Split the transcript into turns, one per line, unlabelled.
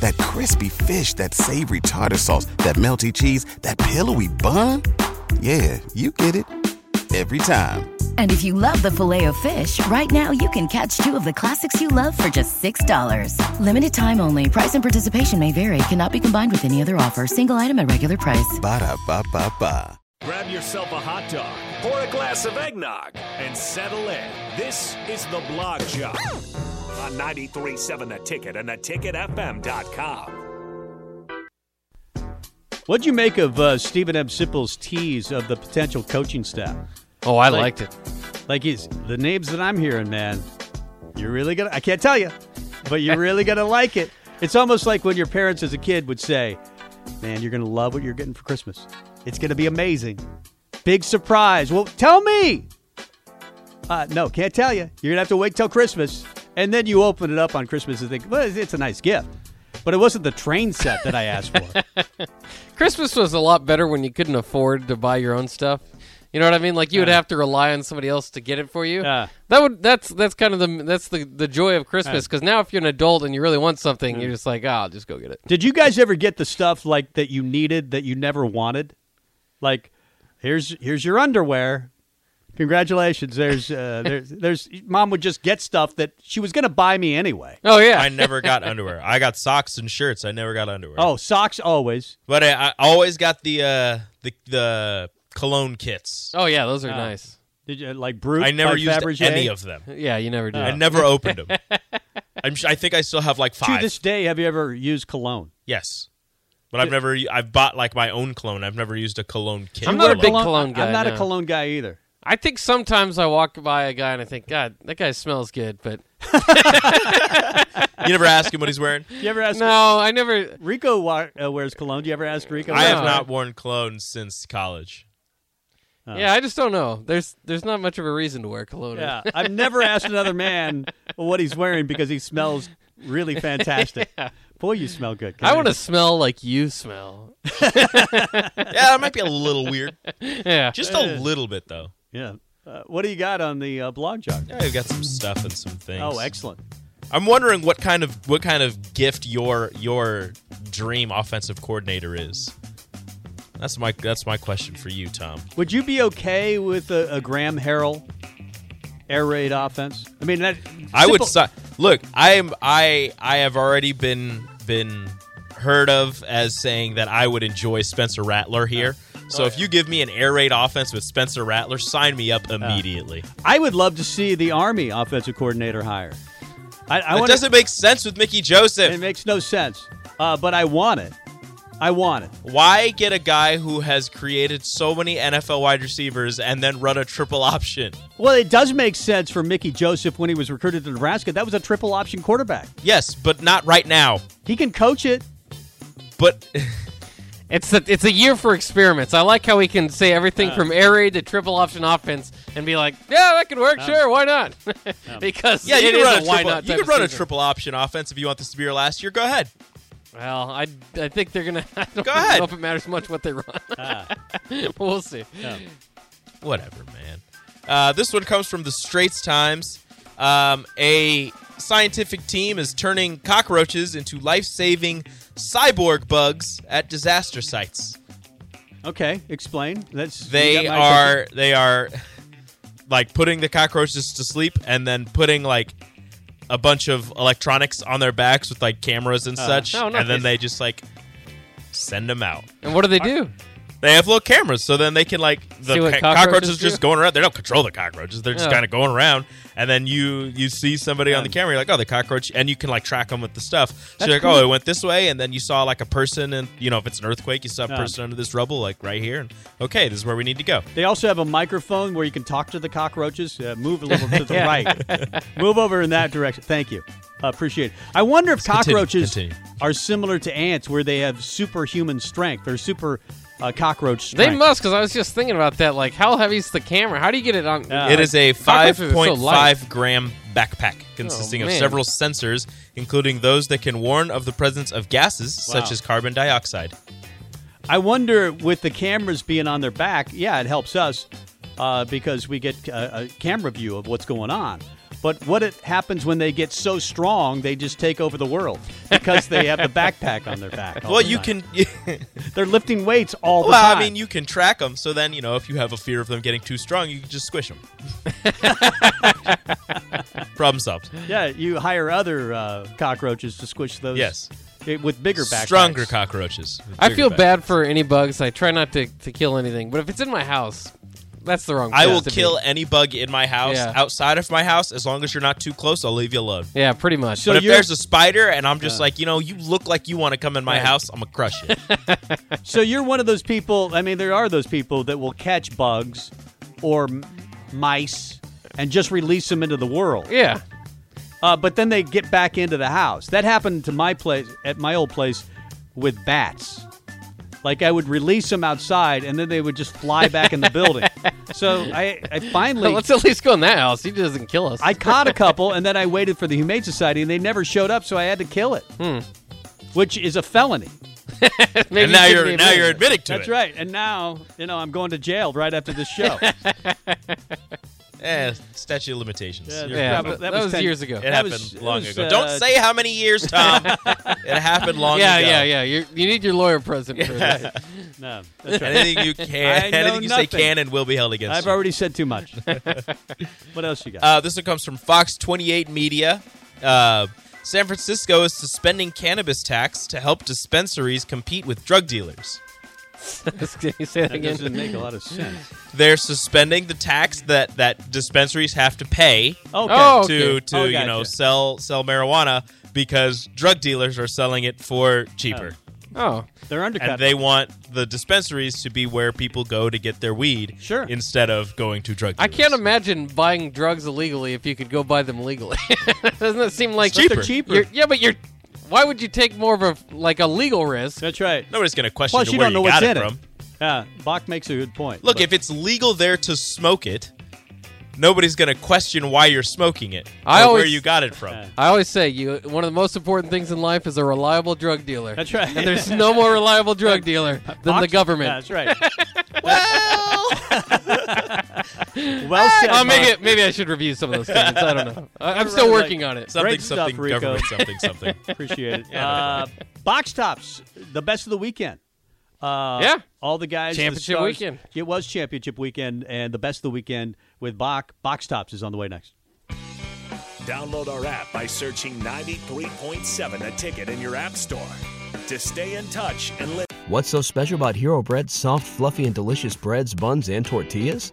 That crispy fish, that savory tartar sauce, that melty cheese, that pillowy bun. Yeah, you get it. Every time.
And if you love the filet of fish, right now you can catch two of the classics you love for just $6. Limited time only. Price and participation may vary. Cannot be combined with any other offer. Single item at regular price.
Ba-da-ba-ba-ba.
Grab yourself a hot dog, pour a glass of eggnog, and settle in. This is the Blog Job on 93.7 The Ticket and theticketfm.com.
What'd you make of uh, Stephen M. Sippel's tease of the potential coaching staff?
Oh, I
Like-
liked it.
Like he's the names that I'm hearing, man. You're really gonna. I can't tell you, but you're really gonna like it. It's almost like when your parents as a kid would say, "Man, you're gonna love what you're getting for Christmas. It's gonna be amazing. Big surprise." Well, tell me. Uh, no, can't tell you. You're gonna have to wait till Christmas, and then you open it up on Christmas and think, "Well, it's- it's a nice gift." But it wasn't the train set that I asked for.
Christmas was a lot better when you couldn't afford to buy your own stuff. You know what I mean? Like you would have to rely on somebody else to get it for you.
Yeah.
That would that's that's kind of the that's the the joy of Christmas because now if you're an adult and you really want something, you're just like, oh, I'll just go get it.
Did you guys ever get the stuff like that you needed that you never wanted? Like, here's here's your underwear. Congratulations. There's uh, there's there's mom would just get stuff that she was gonna buy me anyway.
Oh yeah,
I never got underwear. I got socks and shirts. I never got underwear.
Oh, socks always.
but I, I always got the uh, the the cologne kits.
oh yeah, those are nice.
Did you like brute?
I never
Oh, like
used
Fabergé? Oh.
any of them.
Yeah, you never do.
I
that.
never opened them. I'm sure, I think I still have like
To
five.
this day, have you ever used cologne?
yes, but I've never. I've bought like my own cologne. I've never used a cologne kit.
I'm not a
Cologne.
big cologne guy,
I'm not a
no.
cologne guy either.
I think sometimes I walk by a guy and I think, God, that guy smells good, but
You never ask him what he's wearing.
You ever ask
no, I never.
Rico wa- uh, wears cologne? Do you ever ask Rico?
I have
No.
not worn cologne since college.
Yeah, I just don't know. There's there's not much of a reason to wear cologne.
Yeah, I've never asked another man what he's wearing because he smells really fantastic. Boy, you smell good.
I want to smell like you smell.
Yeah, that might be a little weird.
Yeah.
Just a little bit though.
Yeah. Uh, what do you got on the uh, blog jog?
Yeah, I've got some stuff and some things.
Oh, excellent.
I'm wondering what kind of what kind of gift your your dream offensive coordinator is. That's my that's my question for you, Tom.
Would you be okay with a, a Graham Harrell air raid offense? I mean, that,
I would
simple-
si- look. I am I I have already been been heard of as saying that I would enjoy Spencer Rattler here. So
Oh,
if you give me an air raid offense with Spencer Rattler, sign me
Uh,
up immediately.
I would love to see the Army offensive coordinator hire. I, I
That
want
doesn't make sense with Mickey Joseph.
It makes no sense, uh, but I want it. I want it.
Why get a guy who has created so many NFL wide receivers and then run a triple option?
Well, it does make sense for Mickey Joseph when he was recruited to Nebraska. That was a triple option quarterback.
Yes, but not right now.
He can coach it.
But
It's a, it's a year for experiments. I like how we can say everything from air raid to triple option offense and be like, yeah, that could work. sure, why not? because
yeah, you
it
can
is
run a
a why
triple,
not.
you
type
can
of
run a
season.
triple option offense if you want this to be your last year. Go ahead.
Well, I, I think they're gonna. I don't
Go ahead.
know if it matters much what they run. but we'll see.
Whatever, man. Uh, this one comes from the Straits Times. Um, a scientific team is turning cockroaches into life-saving cyborg bugs at disaster sites.
Okay, explain. That's you got
they
my
are they are like putting the cockroaches to sleep and then putting like a bunch of electronics on their backs with like cameras and such
Oh,
and then
nice.
they just like send them out
And what do they do?
they have little cameras so then they can like the
See what
ca-
cockroaches
cockroaches
do?
just going around they don't control the cockroaches they're just
Yeah.
kind of going around and then you you see somebody on the camera you're like oh the cockroach and you can like track them with the stuff so you're like oh it went this way and then you saw like a person and you know if it's an earthquake you saw a
Yeah.
person under this rubble like right here and okay this is where we need to go
They also have a microphone where you can talk to the cockroaches. Uh, move a little to the right. Move over in that direction. Thank you. Uh, appreciate it. I wonder if
continue,
cockroaches
continue.
are similar to ants where they have superhuman strength or super uh, cockroach strength.
They must, because I was just thinking about that. Like, how heavy's the camera? How do you get it on?
Yeah.
It is a
Cockroaches are so
5.5
light. Oh,
gram backpack consisting of
man.
several sensors, including those that can warn of the presence of gases
Wow.
such as carbon dioxide.
I wonder with the cameras being on their back, yeah, it helps us uh, because we get a, a camera view of what's going on. But what it happens when they get so strong, they just take over the world because they have the backpack on their back.
Oh,
all
Well,
the
you
time.
can.
They're lifting weights all the
well,
time.
I mean, you can track them. So then, you know, if you have a fear of them getting too strong, you can just squish them. Problem solved.
yeah, you hire other uh, cockroaches to squish those.
Yes.
eh, with bigger backpacks.
Stronger cockroaches. with
I
bigger
feel
backpacks.
bad for any bugs. I try not to, to kill anything, but if it's in my house, that's the wrong.
I
place
will
to be.
kill any bug in my house,
Yeah.
outside of my house, as long as you're not too close. I'll leave you alone.
Yeah, pretty much.
So
but if
you're-
there's a spider and I'm just like, you know, you look like you want to come in my house, I'm gonna crush it.
So you're one of those people. I mean, there are those people that will catch bugs or m- mice and just release them into the world.
yeah,
Uh, but then they get back into the house. That happened to my place at my old place with bats. Like I would release them outside, and then they would just fly back in the building. So I, I finally,
let's at least go in that house. He doesn't kill us.
I caught a couple, and then I waited for the Humane Society, and they never showed up, so I had to kill it,
Hmm.
which is a felony.
Maybe
and
you
now
shouldn't be
you're now
admitting
you're
it.
admitting to
That's
it.
right. And now, you know, I'm going to jail right after this show.
Eh, statute of limitations.
Yeah,
You're
yeah.
Yeah,
right.
Probably-
but
that
that,
was
was,
10
years ago.
It
Yeah,
happened
was- it
long
was,
ago.
uh,
Don't say how many years, Tom. it happened long
yeah,
ago.
yeah. You're, you need your lawyer present for this.
no, that's right.
Anything you
I
can,
know
anything you
nothing.
say can and will be held against
I've
you.
already said too much. what else you got?
Uh, this one comes from Fox 28 Media. Uh, San Francisco is suspending cannabis tax to help dispensaries compete with drug dealers.
Can you say that
that
again?
doesn't make a lot of sense.
They're suspending the tax that, that dispensaries have to pay
Okay.
Oh,
to
okay.
to
Oh,
you know
gotcha.
sell sell marijuana because drug dealers are selling it for cheaper.
Oh,
They're undercut.
and they want the dispensaries to be where people go to get their weed
Sure.
instead of going to drug dealers.
I can't imagine buying drugs illegally if you could go buy them legally. doesn't that seem like
It's cheaper.
They're cheaper.
You're, yeah, but you're. Why would you take more of a like a legal risk?
That's right.
Nobody's going to question
Plus, you
where
don't know
you
what's in
got it
it.
from.
Yeah, Bach makes a good point.
Look,
but-
if it's legal there to smoke it, nobody's going to question why you're smoking it
I
or where
always-
you got it from.
Yeah.
I always say you one of the most important things in life is a reliable drug dealer.
that's right.
And there's no more reliable drug dealer than
Bach- Yeah,
the government.
that's right. well, well said.
Oh, maybe
Bach.
it, maybe I should review some of those comments. I don't know. I, I'm still
right,
working on it.
Something,
Great stuff,
something,
Rico.
government, something, something.
Appreciate it. Uh, box tops, the best of the weekend. Uh,
Yeah.
all the guys. the
Championship
stars-
weekend.
It was championship weekend, and the best of the weekend with Bach. Box tops is on the way next.
Download our app by searching 93.7 a ticket in your app store. To stay in touch and listen.
What's so special about Hero Bread's soft, fluffy, and delicious breads, buns, and tortillas?